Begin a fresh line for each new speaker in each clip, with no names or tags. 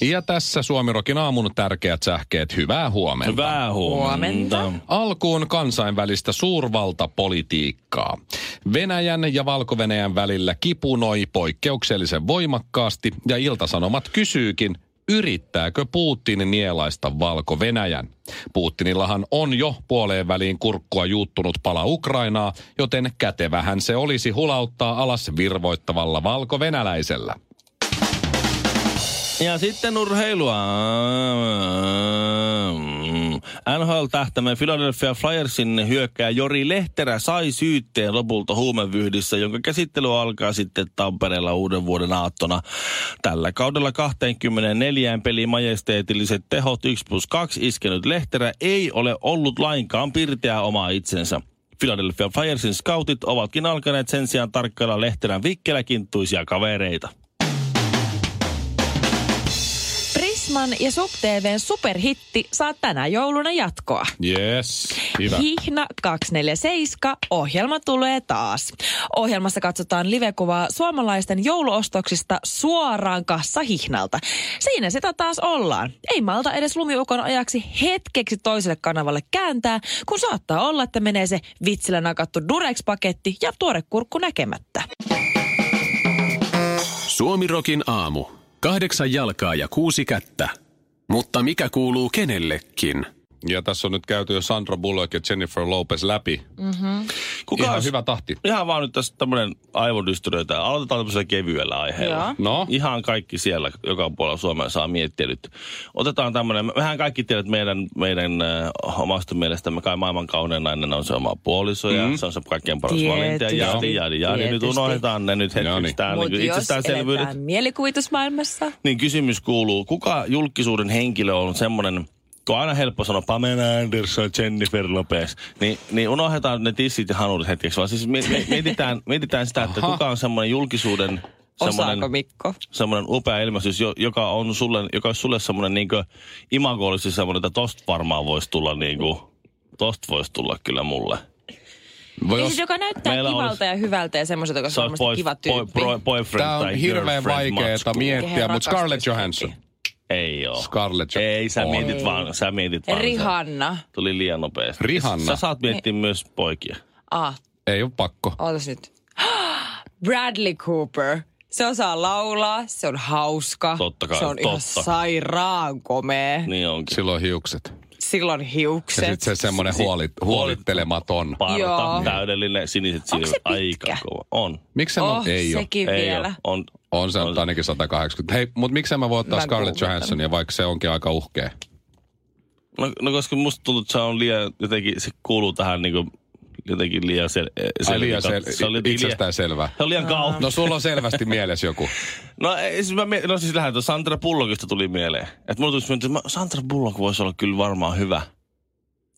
Ja tässä Suomirokin aamun tärkeät sähkeet. Hyvää huomenta.
Hyvää huomenta. huomenta.
Alkuun kansainvälistä suurvaltapolitiikkaa. Venäjän ja valko välillä kipunoi poikkeuksellisen voimakkaasti ja Iltasanomat kysyykin, yrittääkö Putin nielaista Valko-Venäjän. Putinillahan on jo puoleen väliin kurkkua juuttunut pala Ukrainaa, joten kätevähän se olisi hulauttaa alas virvoittavalla valko-venäläisellä.
Ja sitten urheilua. NHL-tähtämme Philadelphia Flyersin hyökkää Jori Lehterä sai syytteen lopulta huumevyhdissä, jonka käsittely alkaa sitten Tampereella uuden vuoden aattona. Tällä kaudella 24 pelin majesteetilliset tehot 1 plus 2 iskenyt Lehterä ei ole ollut lainkaan pirteä oma itsensä. Philadelphia Flyersin scoutit ovatkin alkaneet sen sijaan tarkkailla Lehterän vikkeläkinttuisia kavereita.
Prisman ja SubTVn superhitti saa tänä jouluna jatkoa.
Yes, hyvä.
Hihna 247, ohjelma tulee taas. Ohjelmassa katsotaan livekuvaa suomalaisten jouluostoksista suoraan kassa hihnalta. Siinä sitä taas ollaan. Ei malta edes lumiukon ajaksi hetkeksi toiselle kanavalle kääntää, kun saattaa olla, että menee se vitsillä nakattu Durex-paketti ja tuore kurkku näkemättä.
Suomirokin aamu. Kahdeksan jalkaa ja kuusi kättä. Mutta mikä kuuluu kenellekin?
Ja tässä on nyt käyty jo Sandra Bullock ja Jennifer Lopez läpi. Mm-hmm.
Kuka
Ihan
olisi-
hyvä tahti.
Ihan vaan nyt tässä tämmönen aivodystyröitä. Aloitetaan tämmöisellä kevyellä aiheella.
Joo.
No,
Ihan kaikki siellä, joka puolella Suomea saa miettiä nyt. Otetaan tämmöinen, mehän kaikki tiedät meidän, meidän äh, omasta mielestämme kai maailman kaunein nainen on se oma puoliso ja
Mm.
se on se kaikkein paras
Tietysti.
valinta ja jadi jadi jadi. Nyt
Tietysti.
unohdetaan ne nyt
No niin.
hetkeksi täällä.
Mut
Niin
jos
itsestäänselvyydet.
eletään mielikuvitusmaailmassa,
Niin kysymys kuuluu, kuka julkisuuden henkilö on semmoinen, kun on aina helppo sanoa Pamela Anderson, Jennifer Lopez, niin, niin unohdetaan ne tissit ja hanurit hetkeksi, vaan siis mi- mi- mietitään, mietitään sitä, että
Aha.
kuka on semmoinen julkisuuden
osaako
semmoinen,
Mikko?
semmoinen upea ilmestys, jo- joka on sulle, joka on sulle semmoinen niin imagollisesti semmoinen, että tosta varmaan voisi tulla niin kuin, tosta voisi tulla kyllä mulle.
voi
Niin
jos,
siis joka näyttää
meillä
kivalta
olisi-
ja hyvältä ja semmoiselta, joka on
Se olisi
semmoista
boy,
kiva
boy,
tyyppi.
boy, boyfriend
tämä on
tai
hirveän
girlfriend
vaikeeta
matsku.
miettiä,
Kehen
mutta Scarlett
rakastus
Johansson.
Ei oo.
Scarlett Johansson.
Ei, sä
On.
mietit vaan, sä mietit vaan. sen.
Rihanna.
Tuli liian nopeasti.
Rihanna.
Sä saat miettiä
Niin.
myös poikia.
Ah,
Ei ole pakko.
ootas nyt. Bradley Cooper. Se osaa laulaa, se on hauska.
Totta kai,
se on ihan
totta.
sairaan komea. Niin.
Niin onkin.
Silloin hiukset.
Silloin
Ja
hiukset.
sitten se semmoinen huolit, huolittelematon.
Parta,
Joo.
täydellinen, siniset
Onko se
silmät, aika
pitkä?
kova. On.
Miksi en
oh,
ole? Ei ole.
sekin
Ei
vielä.
oo. On.
On se nyt ainakin 180. Hei, mutta miksei mä voi ottaa
Mä
Scarlett
googletan.
Johanssonia, vaikka se onkin aika uhkea.
No, no, koska musta tuntuu, että se on liian, jotenkin, se kuuluu tähän niinku, jotenkin liian sel,
Ai liian
selvikat- se on
sel-
jotenkin liian,
itsestään selvä.
se on liian kauan. No,
No sulla on selvästi mielessä joku.
no, ei, siis mä, mie- no siis lähdetään, Sandra Bullockista tuli mieleen. Että mulla tuli mieleen, että mä- Sandra Bullock voisi olla kyllä varmaan hyvä.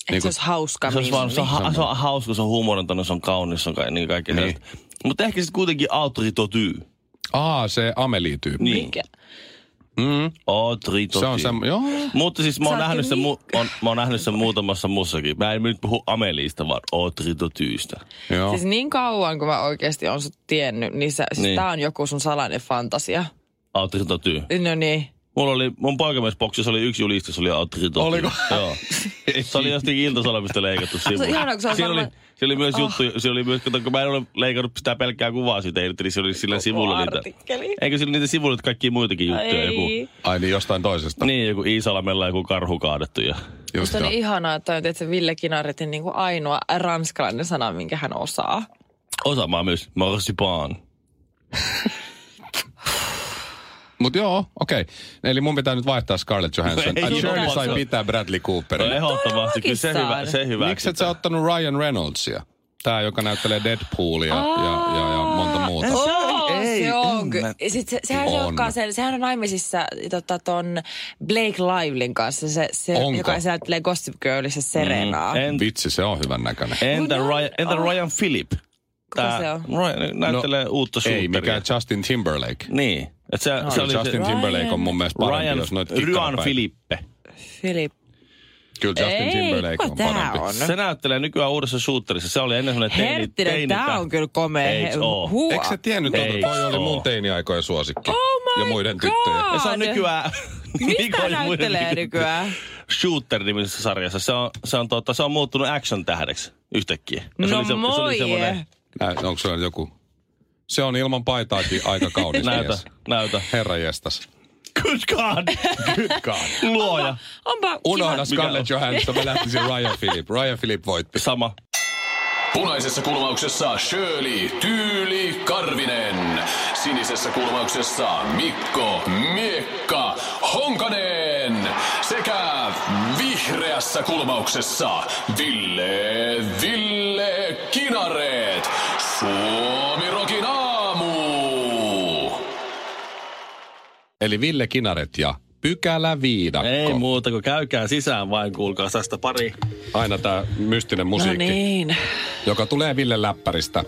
Että se olisi hauska
Niinku Se on, vaan, se on,
mimmi.
ha- se on hauska, se on huumorintainen, se on kaunis, se on ka- niin kaikki niin. Mutta ehkä sitten kuitenkin autoritoty.
Aa, se Amelie-tyyppi.
Niin.
Mikä?
Se
Autoritoty.
on se, joo.
Mutta siis mä oon,
Sä oot
nähnyt sen,
niin-
mu- on, mä oon nähnyt sen muutamassa muussakin. Mä en nyt puhu Ameliista, vaan Otritotyistä.
joo.
Siis niin kauan, kun mä oikeasti on sut tiennyt, niin, sä, siis
Niin.
tää on joku sun salainen fantasia.
Otritoty.
No niin.
Mulla oli, mun paikamiesboksissa oli yksi juliste, se oli Otritoty.
Oliko?
Joo. se oli jostakin iltasanomista leikattu sivu.
on ihanaa, kun se on Ah.
Siellä oli,
varmaan-
siellä oli myös juttu, siellä oli myös, kato, kun mä en ole leikannut sitä pelkkää kuvaa siitä, irti, niin siellä oli sillä sivulla niitä.
Artikkeli.
Eikö sillä niitä sivulla kaikki muitakin juttuja? Joku,
Ei.
Ai niin, jostain toisesta.
niin, joku Iisalamella joku karhu kaadettu ja...
Just
Musta
joo.
oli ihanaa, että toi on tietysti Ville Kinaretin niin kuin ainoa ranskalainen sana, minkä hän osaa.
Osaamaan myös marsipan.
Mut joo, okei. Eli mun pitää nyt vaihtaa Scarlett Johansson.
Ei
Ai,
sun
Shirley
pitää.
sai pitää Bradley
No
Cooperin.
ehdottomasti, kyllä se
Todellakin
hyvä, se hyvä.
Miksi et sä ottanut Ryan Reynoldsia? Tää, joka näyttelee Deadpoolia ja, ja, ja monta muuta.
Oh, se on on kyllä. Sit se, sehän,
On.
on. Joka, sen, sehän on naimisissa tota, ton Blake Livelin kanssa, se, se
Onko?
joka esittelee Gossip Girlissa Serenaa. Mm,
En,
Vitsi, se on hyvän näköinen.
entä,
No ne on-
Ryan, entä
oh.
Ryan Phillip?
se on?
Ryan, näyttelee no, uutta
Ei
shooteria.
mikään Justin Timberlake.
Niin. Et se, se oli
Justin
se-
Timberlake on mun mielestä parempi,
Ryan,
jos noit
Ryan
kikkarapäitä-
Philippe.
Philip.
Kyllä Justin
Ei,
Timberlake
kuka
on
tää
parempi.
on?
Se näyttelee nykyään uudessa shooterissa. Se oli ennen semmoinen teini,
Herttinen,
teini
tää on kyllä komea
Eiks
he-
oo?
huo.
Eikö se tiennyt,
Ei.
että toi oli mun
Oo.
teiniaikojen suosikki?
Oh my
ja muiden
God!
tyttöjen.
Ja se on
Aade.
nykyään...
Mistä
Mikon ja
hän
muiden
näyttelee
tyttöjen.
nykyään?
Shooter-nimisessä sarjassa. Se on, se on, tota, se on muuttunut action-tähdeksi yhtäkkiä. Ja se
No
oli se- se oli
moi!
semmoinen-
Nä, onko se joku? Se on ilman paitaakin aika kaunis
Näytä,
mies.
näytä.
Herra jestas.
Good God! Good God! Luoja.
Onpa
Unohda
kiva. No
Scarlett Johansson, mä lähtisin Ryan Philip. Ryan Philip voitti.
Sama.
Punaisessa kulmauksessa Shirley Tyyli Karvinen. Sinisessä kulmauksessa Mikko Miekka Honkanen. Sekä vihreässä kulmauksessa Ville Ville Kinareet. Suomi Rokin aamu.
Eli Ville Kinaret ja Pykälä Viidakko.
Ei muuta kuin käykää sisään vain, kuulkaa tästä pari.
Aina tämä mystinen
No
musiikki,
niin.
joka tulee Ville Läppäristä.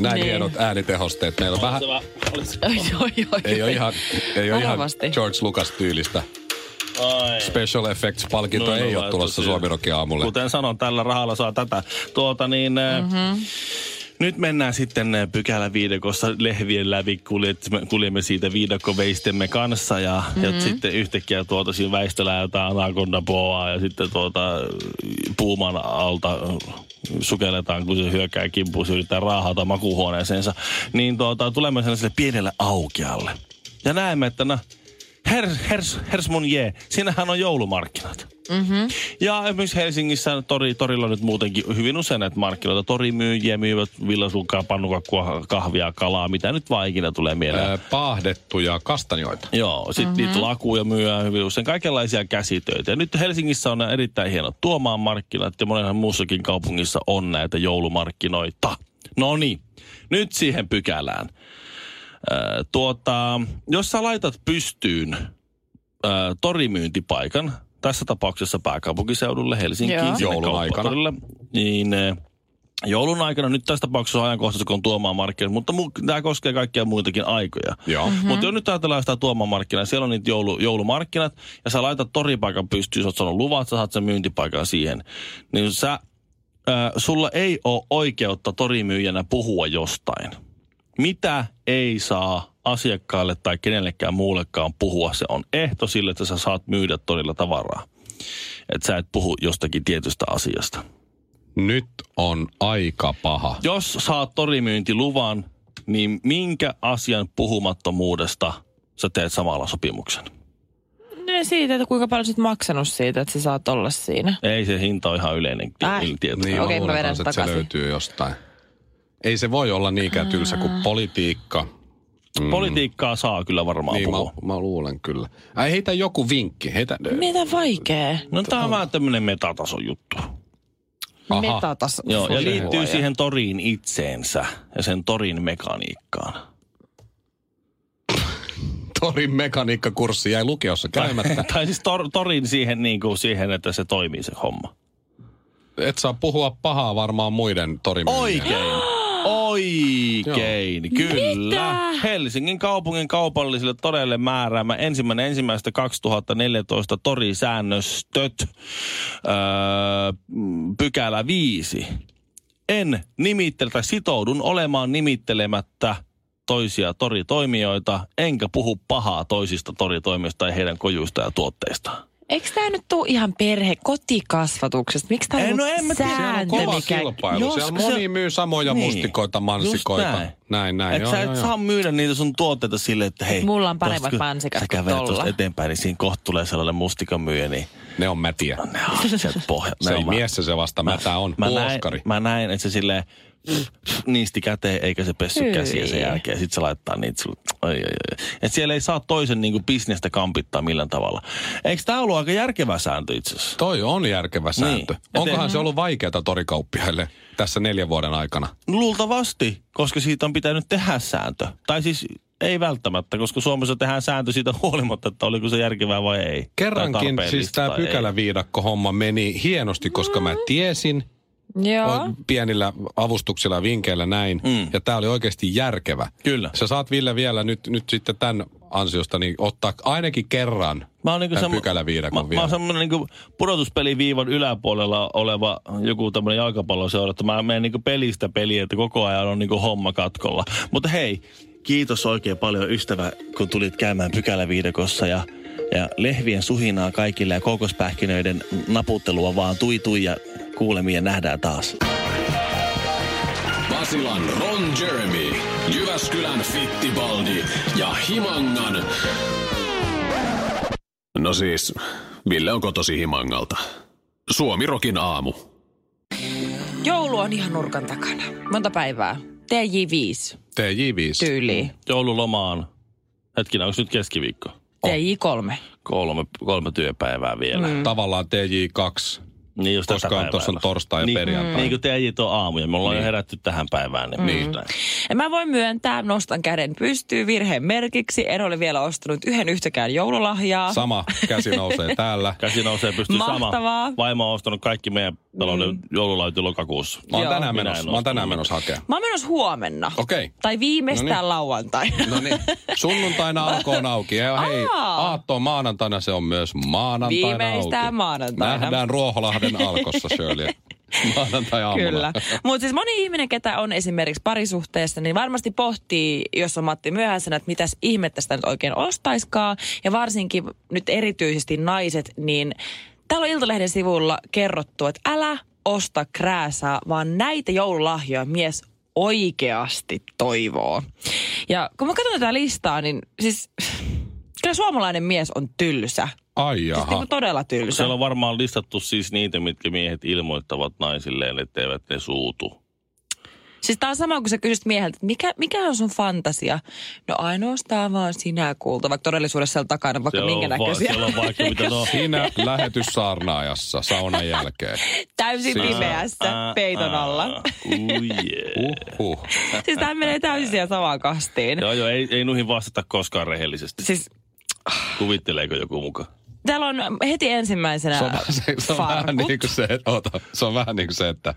Näin
Niin.
hienot äänitehosteet. Meillä on vähän,
Oi, oi, oi.
ei ole ihan, ei ole ihan
Varmasti.
George Lucas tyylistä.
Ai.
Special Effects-palkinto
No, no,
ei ole
laitu
tulossa
siihen.
Suomirokin aamulle.
Kuten sanon, tällä rahalla saa tätä. Tuota niin, mm-hmm. nyt mennään sitten eh, pykälä viidekossa lehvien läpi. Kuljemme, kuljemme siitä viidakkoveistemme kanssa ja, mm-hmm. ja sitten yhtäkkiä tuota siinä väistöllä jotain anakondapoa ja sitten tuota puuman alta eh, sukelletaan, kun se hyökkää kimppuun, se yrittää raahata makuuhuoneeseensa. Niin tuota, tulemme sellaiselle pienelle aukealle. Ja näemme, että no, hers, hers, hers mun jee, siinähän on joulumarkkinat. Ja esimerkiksi Helsingissä tori, torilla on nyt muutenkin hyvin usein näitä markkinoita. Torimyyjiä myyvät villasulkaa, pannukakkua, kahvia, kalaa, mitä nyt vaan ikinä tulee mieleen.
Ää, Paahdettuja kastanjoita.
Joo, sitten mm-hmm. niitä lakuja myyvät hyvin usein, kaikenlaisia käsitöitä. Ja nyt Helsingissä on nämä erittäin hienot tuomaan markkinat ja monenhan muussakin kaupungissa on näitä joulumarkkinoita. No niin, nyt siihen pykälään. Ö, tuota, jos sä laitat pystyyn ö, torimyyntipaikan, tässä tapauksessa pääkaupunkiseudulle, Helsinkiin,
Joo.
sinne
Joulun aikana.
kauppatorille, Niin ö, joulun aikana, nyt tässä tapauksessa on ajankohtaisesti, kun on tuomaan markkinat, mutta mu- tämä koskee kaikkia muitakin aikoja.
Joo. Mm-hmm.
Mutta jos nyt ajatellaan sitä tuomamarkkinaa, siellä on niitä joulu, joulumarkkinat, ja sä laitat toripaikan pystyyn, sä oot saanut luvat, sä saat sen myyntipaikan siihen. Niin sä, ää, sulla ei ole oikeutta torimyyjänä puhua jostain. Mitä ei saa asiakkaalle tai kenellekään muullekaan puhua, se on ehto sille, että sä saat myydä torilla tavaraa. Että sä et puhu jostakin tietystä asiasta.
Nyt on aika paha.
Jos saat torimyyntiluvan, niin minkä asian puhumattomuudesta sä teet samalla sopimuksen?
Ne siitä, että kuinka paljon sä oot maksanut siitä, että sä saat olla siinä.
Ei se hinta ole ihan yleinen
Äh.
äh. tieto.
Niin,
Niin.
mä
Okei, mä
luulen
vedän
kans,
sen
että se
takaisin.
löytyy jostain. Ei se voi olla niinkään tylsä kuin politiikka.
Politiikkaa saa kyllä varmaan niin,
Niin mä,
puhua.
mä luulen kyllä. Ai heitä joku vinkki. Heitä,
Mitä vaikea?
No tämä on vähän tämmöinen metatason juttu.
Aha.
Metatas.
Joo, ja
Voi
liittyy
luoja.
siihen toriin itseensä ja sen torin mekaniikkaan.
Torin mekaniikkakurssi jäi lukiossa käymättä.
tai siis tor, torin siihen, niin kuin siihen, että se toimii se homma.
Et saa puhua pahaa varmaan muiden torin
Oikein. Oikein, kyllä. Helsingin kaupungin kaupallisille todelle määräämä ensimmäinen ensimmäistä 2014 torisäännöstöt öö, mm, pykälä 5. En nimittele tai sitoudun olemaan nimittelemättä toisia toritoimijoita, enkä puhu pahaa toisista toritoimijoista tai heidän kojuista ja tuotteistaan.
Eikö tää nyt tuu ihan perhe kotikasvatuksesta? Miksi tää
Ei,
on
no
no,
en mä tiedä.
sääntö,
Siellä on kova
mikä...
kilpailu.
Jos-
Siellä moni
se-
myy samoja
Niin.
mustikoita, mansikoita.
Just
Näin, näin. näin.
Et
Joo,
sä et
joo, joo.
saa myydä niitä sun tuotteita sille, että hei.
Mulla on paremmat
tosta kun
mansikat
sä
kuin
kävelet tuosta
tolla.
eteenpäin, niin siinä kohta tulee sellainen mustikan myyjä, niin
Ne on mätiä.
ne
No.
on sieltä pohjalla.
Se ei mies se vasta mätä on.
Mä näin,
Puoskari.
mä näin, että se silleen niisti käteen, eikä se pessy
Hyi.
käsiä sen jälkeen. Sitten se laittaa niitä sulle. Ai, ai, ai. Et siellä ei saa toisen niinku bisnestä kampittaa millään tavalla. Eikö tämä ollut aika järkevä sääntö itse asiassa?
Toi on järkevä sääntö.
Niin. Et ei-
Onkohan se ollut vaikeata torikauppiaille tässä neljän vuoden aikana?
Luultavasti, koska siitä on pitänyt tehdä sääntö. Tai siis ei välttämättä, koska Suomessa tehdään sääntö siitä huolimatta, että oliko se järkevää vai ei. Tai
Kerrankin siis
tarpeellista
tämä
tai ei. Mm.
pykäläviidakko homma meni hienosti, koska mä tiesin
Joo.
o- pienillä avustuksilla ja vinkeillä näin.
Mm.
Ja tämä oli oikeasti järkevä.
Kyllä.
Sä saat Ville vielä nyt, nyt sitten tämän ansiosta niin ottaa ainakin kerran
Mä oon niinku
tämän
semmo-
pykäläviidakon
mä, mä
vielä.
oon semmoinen niinku pudotuspeliviivan yläpuolella oleva joku tämmöinen jalkapalloseura, että mä menen niinku pelistä peliin, että koko ajan on niinku homma katkolla. Mutta hei, kiitos oikein paljon ystävä, kun tulit käymään pykäläviidakossa ja, ja lehvien suhinaa kaikille ja koukospähkinöiden naputtelua vaan tui tui ja kuulemia nähdään taas.
Basilan Ron Jeremy, Jyväskylän Fittibaldi ja Himangan... No siis, Ville onko tosi Himangalta? Suomirokin aamu.
Joulu on ihan nurkan takana. Monta päivää? TJ5
TJ5.
tyyliin.
Joululomaan. Hetkinen, onko nyt keskiviikko?
TJ3.
Kolme, kolme työpäivää vielä. Mm.
Tavallaan TJ2.
Niin just
Koska
tätä
on-
päivää
tossa on
vasta.
torstai ja
niin,
perjantai.
Niin kuin teijit on aamuja, me ollaan niin. jo herätty tähän päivään.
Mm.
Niin, niin.
Ja mä voin myöntää, nostan käden pystyyn virheen merkiksi. En ole vielä ostanut yhden yhtäkään joululahjaa.
Sama käsi nousee täällä.
Käsi nousee pystyy sama.
Mahtavaa. Niin.
Vaimo on ostanut kaikki meidän talouden mm. joululauti lokakuussa.
Mä oon
Joo.
tänään
Minä en
menossa, mä
ostanut
oon tänään
mitään.
menossa hakemaan.
Mä oon menossa huomenna.
Okei.
Tai viimeistään
Noniin.
lauantaina.
No niin, sunnuntaina alkoon auki. Ja hei,
Aa.
aatto on maanantaina, se on myös maanantaina
Viimeistään
auki.
maanantaina.
Nähdään Ruoholahden alkossa, Shirley. Maanantai aamulla.
Kyllä. Mutta siis moni ihminen, ketä on esimerkiksi parisuhteessa, niin varmasti pohtii, jos on Matti myöhäisenä, että mitäs ihmettä sitä nyt oikein ostaiskaan. Ja varsinkin nyt erityisesti naiset, niin täällä on Iltalehden sivulla kerrottu, että älä osta krääsää, vaan näitä joululahjoja mies oikeasti toivoo. Ja kun mä katson tätä listaa, niin siis kyllä suomalainen mies on tylsä.
Ai
Siis
jaha.
niinku todella tylsä.
Siellä on varmaan listattu siis niitä, mitkä miehet ilmoittavat naisilleen, etteivät ne suutu.
Siis tää on sama, kun sä kysyt mieheltä, että mikä, mikä on sun fantasia? No ainoastaan vaan sinä kuulta, vaikka todellisuudessa siellä takana, vaikka
Siellä
minkä
on, va-
näköisiä.
siellä on vaikka mitä no,
Siinä lähetys saarnaajassa saunan jälkeen.
Täysin
Siis-
pimeässä, peiton alla.
Uh, yeah.
Uhuh.
siis tää menee täysin siihen samaan kastiin.
Joo, joo, ei, ei nuihin vastata koskaan rehellisesti.
Siis
Kuvitteleeko joku muka?
täällä on heti ensimmäisenä
Se on, vähän se, se on vähän
farkut.
niin kuin se, että- oota, se on vähän niin kuin se, että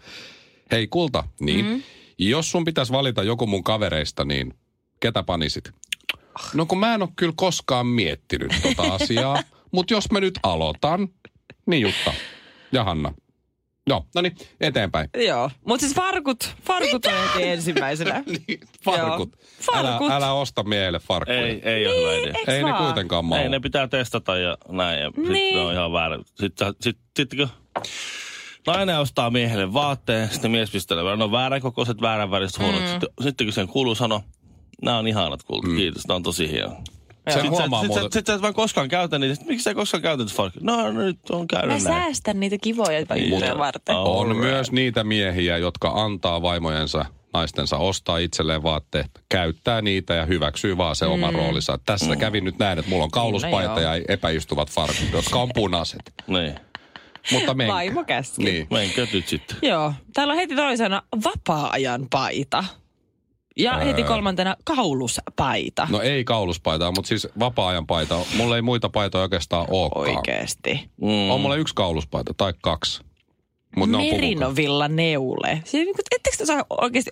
hei kulta, niin
Mm-hmm.
mm. jos sun pitäisi valita joku mun kavereista, niin ketä panisit? No kun mä en ole kyllä koskaan miettinyt tota asiaa, mutta jos mä nyt aloitan, niin Jutta ja Hanna. Joo, no niin, eteenpäin.
Joo, mutta siis farkut, farkut on heti ensimmäisenä.
Niin, farkut.
Joo. Farkut.
Älä, älä osta miehelle farkkuja.
Ei, ei ole hyvä idea.
eiks
ei ne
vaan?
kuitenkaan mahu.
Ei, ne pitää testata ja näin. Ja
Niin.
Sitten ne on ihan väärä. Sitten sä- sit, sit, kun nainen ostaa miehelle vaatteen, sitten mies pistelee, no väärän kokoiset, väärän väriset huonot. Mm. Sitten, sitten kun sen kuuluu sano, nämä on ihanat kulta, mm. kiitos, nämä on tosi hieno.
Sen
Sitten sä,
huomaa
sit, sä,
muuten.
sit sä et vaan koskaan käytä niitä. Sit Miksi sä et koskaan käytä niitä farkkuja? No, no, nyt on
Mä
käynyt näin.
säästän niitä kivoja juttuja
Joo.
varten.
On
Au. Alright.
myös niitä miehiä, jotka antaa vaimojensa, naistensa ostaa itselleen vaatteet, käyttää niitä ja hyväksyy vaan se
Mm.
oma roolinsa. Tässä kävi nyt näin, että mulla on kauluspaita
Niin, no joo.
ja epäistuvat farkut, jotka on punaiset.
Niin.
Mutta menkää.
Vaimo käski.
Niin.
Menkö nyt sitten?
Joo. Täällä on heti toisena vapaa-ajan paita. Ja öö. heti kolmantena kauluspaita.
No ei kauluspaitaa, mutta siis vapaa-ajan paita. Mulla ei muita paitoja oikeastaan olekaan.
Oikeesti.
Mm.
On mulla yksi kauluspaita tai kaksi. Mut ne on puvukat.
Merinovilla neule. Siis niinku, ettekö te osaa oikeasti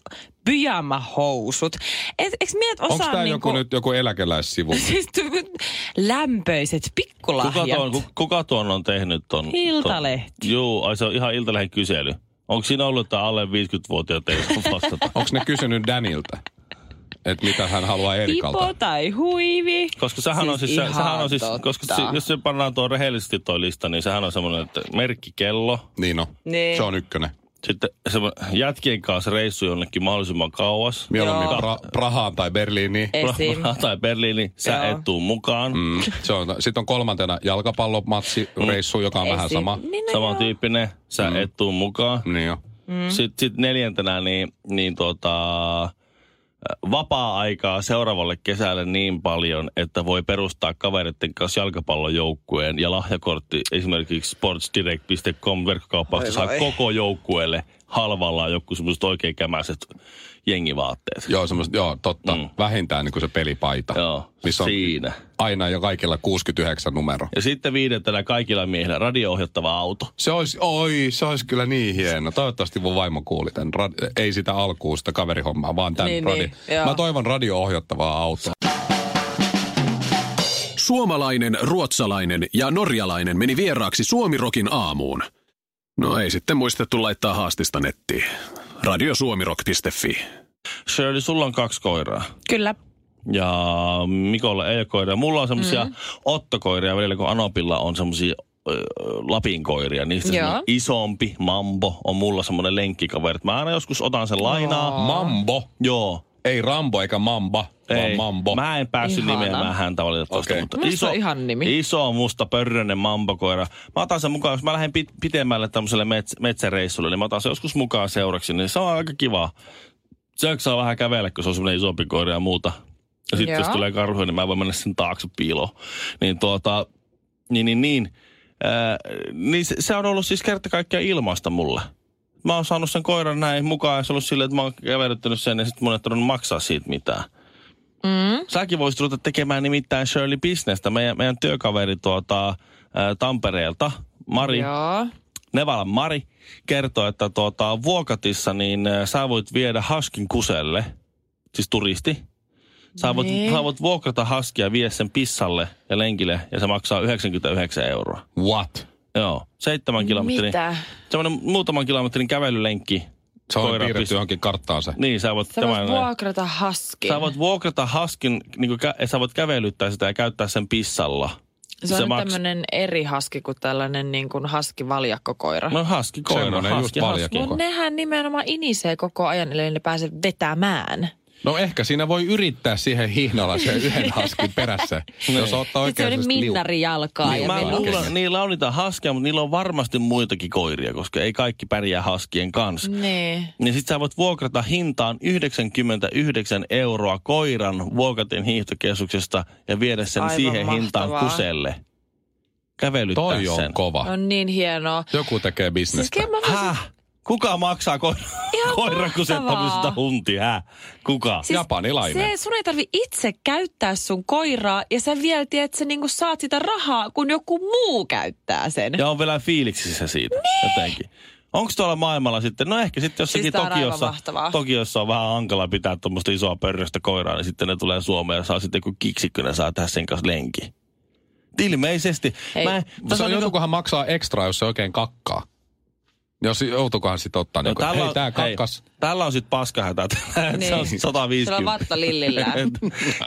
pyjamahousut? Et, eikö miehet osaa
Onko tämä
niinku,
joku nyt joku eläkeläissivu?
Siis tu- lämpöiset
Kuka
pikkulahjat.
tuon, ku- kuka tuon on tehnyt ton? ton-
Iltalehti.
Juu, ai se on ihan Iltalehden kysely. Onko siinä ollut, että alle 50-vuotiaat ei saa vastata?
Onko ne kysynyt Danilta, että mitä hän haluaa
Pipo
Erikalta?
tai huivi.
Koska sähän on siis, sä-
ihan
sähän on siis
totta.
koska si, jos se pannaan tuo rehellisesti toi lista, niin sehän on semmoinen, että merkkikello,
Niin no,
Niin.
se on ykkönen.
sitten semmoinen jätkien kanssa reissu jonnekin mahdollisimman kauas.
Mieluummin
Joo.
pra- Prahaan tai Berliiniin.
Esim.
Praha tai Berliini, sä
Joo.
et tuu mukaan. Mm.
Mm. Se on, sitten on kolmantena jalkapallomatsi,
Mm.
reissu, joka on vähän
Esim.
sama.
Niin no joo.
Samantyyppinen, sä mm. et tuu mukaan.
Niin jo.
Mm. Sitten sit neljäntenä niin, niin tota, vapaa-aikaa seuraavalle kesälle niin paljon, että voi perustaa kavereiden kanssa jalkapallojoukkueen ja lahjakortti esimerkiksi sportsdirect.com verkkokaupasta saa koko joukkueelle halvalla joku semmoiset oikein kämäiset jengivaatteet.
Joo, semmoista, joo, totta. Mm.
Mm.
Vähintään niin kuin se pelipaita.
Joo,
missä on
siinä.
aina ja kaikilla 69 numero.
Ja sitten viidentenä kaikilla miehillä radio-ohjattava auto.
Se olisi, oi, se olisi kyllä niin hieno. Toivottavasti mun vaimo kuuli tämän. Rad- ei sitä alkuun sitä kaverihommaa, vaan tämän
Niin,
radi-
niin, joo.
Mä toivon radio-ohjattavaa autoa.
Suomalainen, ruotsalainen ja norjalainen meni vieraaksi Suomirokin aamuun. No ei sitten muistettu laittaa haastista nettiin. Radiosuomirok.fi.
Shirley, sulla on kaksi koiraa.
Kyllä.
Ja Mikolla ei ole koiria. Mulla on semmoisia mm. ottokoiria välillä, kun Anopilla on semmoisia Lapin koiria. Niistä
Joo.
semmonen isompi mambo on mulla semmoinen lenkkikaveri. Mä aina joskus otan sen lainaa.
Mambo.
Joo.
Ei Rambo eikä Mamba, vaan
Ei,
Mambo.
Mä en päässyt
Ihana.
nimeämään häntä valitettavasti.
Okei.
Mutta
Musta on ihan nimi.
Iso, musta, pörrönen mambakoira. Mä otan sen mukaan, jos mä lähden pit- pitemmälle tämmöiselle mets- metsäreissulle, niin mä otan sen joskus mukaan seuraksi, niin se on aika kiva. Se jaksaa vähän kävellä, kun se on semmoinen isompi koira ja muuta. Ja sitten
Joo.
jos tulee karhuja, niin mä voin mennä sen taakse piiloon. Niin tuota, niin niin niin. Ää, niin se, se on ollut siis kerta kaikkiaan ilmaista mulle. Mä oon saanut sen koiran näin mukaan ja se on ollut silleen, että mä oon kävelyttänyt sen ja sitten mun ei tarvinnut maksaa siitä mitään.
Mm.
Säkin voisit ruveta tekemään nimittäin Shirley Businesta. Meidän, meidän työkaveri tuota, ää, Tampereelta, Mari,
Joo.
Nevalan Mari, kertoi, että tuota, Vuokatissa niin ää, sä voit viedä Haskin kuselle, siis turisti. Sä voit,
Niin.
sä voit vuokrata Haskia, vie sen pissalle ja lenkille ja se maksaa 99 euroa.
What?
Joo, seitsemän kilometrin.
Mitä?
Semmoinen muutaman kilometrin kävelylenkki.
Se on
Koira
piirretty
pist-
johonkin karttaan se.
Niin, sä voit
Sä voit
tämän-
vuokrata haskin.
Sä voit vuokrata haskin, niin kuin, sä voit kävelyttää sitä ja käyttää sen pissalla.
se on
se
nyt
maks-
tämmönen eri haski kuin tällainen niin kuin haskivaljakkokoira.
No haski koira,
Semmoinen just
haski, haski.
paljakko.
Mut nehän nimenomaan inisee koko ajan, eli ne pääse vetämään.
No ehkä siinä voi yrittää siihen hihnalaiseen yhden haskin perässä, jos ottaa
Sitten
oikein
Niin se on
sellaista liu-
minnari jalkaa
Niin,
ja
mä
mennään.
menee.
luulen, niillä on niitä haskia, mutta niillä on varmasti muitakin koiria, koska ei kaikki pärjää haskien kanssa.
Niin.
Niin sit sä voit vuokrata hintaan 99 euroa koiran vuokatin hiihtokeskuksesta ja viedä sen
Aivan
siihen hintaan
mahtavaa.
kuselle. Kävelyttää
Toi
sen.
on kova.
On niin hienoa.
Joku tekee
Siis
bisnestä.
kyllä mä voisin-
Häh? Kuka maksaa koira,
Ihan
koiran kusettamista
mahtavaa.
huntia? Häh? Kuka?
Siis
Japanilainen.
Se, sun ei tarvi itse käyttää sun koiraa ja sä vielä tiedät, että sä niinku saat sitä rahaa, kun joku muu käyttää sen.
Ja on vielä fiiliksissä siitä jotenkin. Onko tuolla maailmalla sitten, no ehkä sitten jossakin
Niin. Siis tää on aivan
Tokiossa,
mahtavaa.
Tokiossa on vähän hankala pitää tuommoista isoa pörröstä koiraa, niin sitten ne tulee Suomeen ja saa sitten joku kiksikkö, ne saa tehdä sen kanssa lenki. Ilmeisesti.
Ei.
Mä, en-
Tässä
tässä
on,
on niinku,
joutukohan maksaa ekstra, jos se oikein kakkaa. Jos joutukohan sit ottaa,
no,
niin kuin,
tällä,
hei
on-
tää kakkas.
Hei, tällä on sitten paskahätä, niin. se on sit
Niin.
150.
Sillä on vatta lillillään.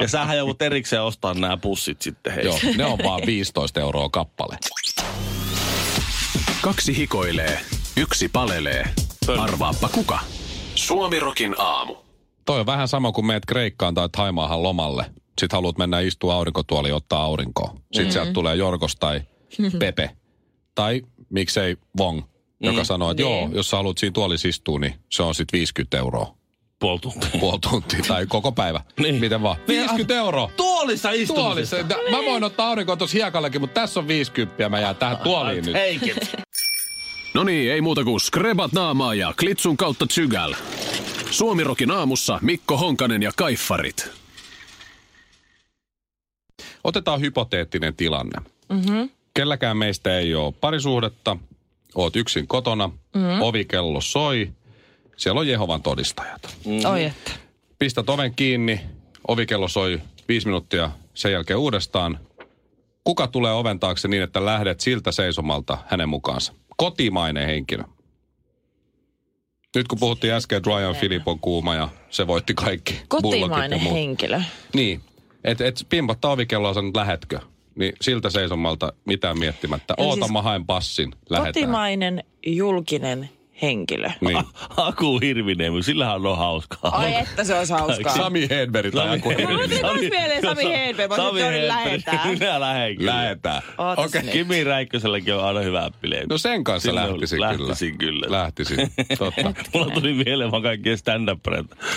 ja sähän joudut erikseen ostamaan nämä pussit sitten. Hei.
Joo, ne on vaan 15 euroa kappale.
Kaksi hikoilee, yksi palelee. Arvaappa kuka? Suomirokin aamu.
Toi on vähän sama kuin meet Kreikkaan tai Taimaahan lomalle. Sit haluat mennä istua aurinkotuoliin ja ottaa aurinkoa. Sit mm. sieltä tulee Jorgos tai Pepe. Tai miksei Vong, joka mm. sanoo, että
Niin.
joo, jos sä haluat siinä tuolissa istua, niin se on sit 50 euroa.
Puoli tuntia.
Puoli tuntia tai koko päivä.
Niin.
Miten vaan. 50 euroa!
Tuolissa istumisesta.
Tuolissa. Mä voin ottaa aurinkoa tuossa hiekallakin, mutta tässä on 50 ja mä jään tähän tuoliin nyt.
Take it.
No niin, ei muuta kuin skrebat naamaa ja klitsun kautta tsygäl. Suomirokin aamussa Mikko Honkanen ja Kaiffarit.
Otetaan hypoteettinen tilanne. Mm-hmm. Kelläkään meistä ei ole parisuhdetta, oot yksin kotona, mm-hmm. ovikello soi, siellä on Jehovan todistajat.
Oi että.
Pistät oven kiinni, ovikello soi viisi minuuttia, sen jälkeen uudestaan. Kuka tulee oven taakse niin, että lähdet siltä seisomalta hänen mukaansa? Kotimainen henkilö. Nyt kun puhuttiin äsken, että Ryan Philip on kuuma ja se voitti kaikki. Bullockit ja
Kotimainen
muut.
henkilö.
Niin, että et pimpattaa ovikelloa ja sanoo, että lähetkö. Niin siltä seisomalta mitään miettimättä.
Eli
Oota,
siis
mä haen passin, lähetään.
Kotimainen julkinen henkilö.
Niin.
Aku Hirviniemi, sillähän on hauskaa.
Ai että se olisi hauskaa.
Sami Hedberg tai joku
Mulla tuli kans mieleen Sami Hedberg, mä sanoin, että tuonne lähetään.
Minä lähden kyllä.
Lähetään.
Ootas nyt.
Kimi Räikköselläkin on aina hyvä bileet.
No sen kanssa
Sinne
lähtisin,
lähtisin kyllä.
Lähtisin, totta.
Mulla tuli mieleen vaan kaikkien stand up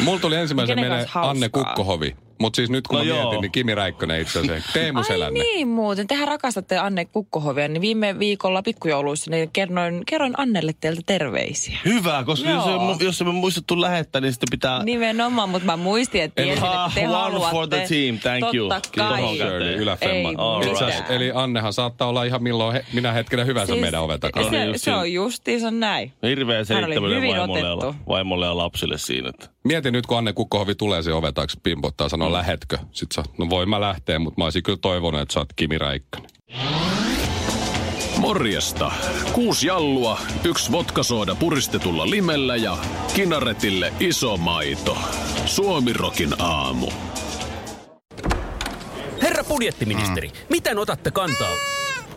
Mulla tuli ensimmäisen
Kenen
mieleen
kanssa hauskaa?
Anne Kukkohovi. Mutta siis nyt kun
No
no mä
joo.
mietin, niin Kimi Räikkönen itse asiassa. Teemu
Ai
Selänne.
niin muuten, tehän rakastatte Anne Kukkohovia, niin viime viikolla pikkujouluissa niin kerroin, kerroin Annelle teiltä terveisiä.
Hyvä, koska jos,
Joo.
ei mu- jos emme muistettu lähettää, niin sitten pitää...
Nimenomaan, mutta mä muistin, että
Eli-
tiesin, että te
Ah, one
haluatte.
for the team, thank
Totta
you.
Kai.
Kiitos.
Shirley, Yläfemma.
Ei
All
Itse asiassa-
mitään.
Eli Annehan saattaa olla ihan milloin he, minä hetkenä hyvänsä siis, meidän oven takana.
Niin
Se,
just Niin,
se on justiinsa näin.
Hirveä
Hän oli
selittäminen
hyvin
vaimolle ja,
otettu.
vaimolle ja lapsille siinä. Että.
Mietin nyt, kun Anne Kukkohovi tulee se oven taakse pimpottaa ja sanoo, lähetkö? Sitten sä, no voi mä lähteä, mutta mä olisin kyllä toivonut, että sä oot Kimi Räikkönen.
Morjesta. Kuusi jallua, yksi vodkasooda puristetulla limellä ja kinaretille iso maito. Suomirokin aamu.
Herra
Mm.
budjettiministeri, miten otatte kantaa?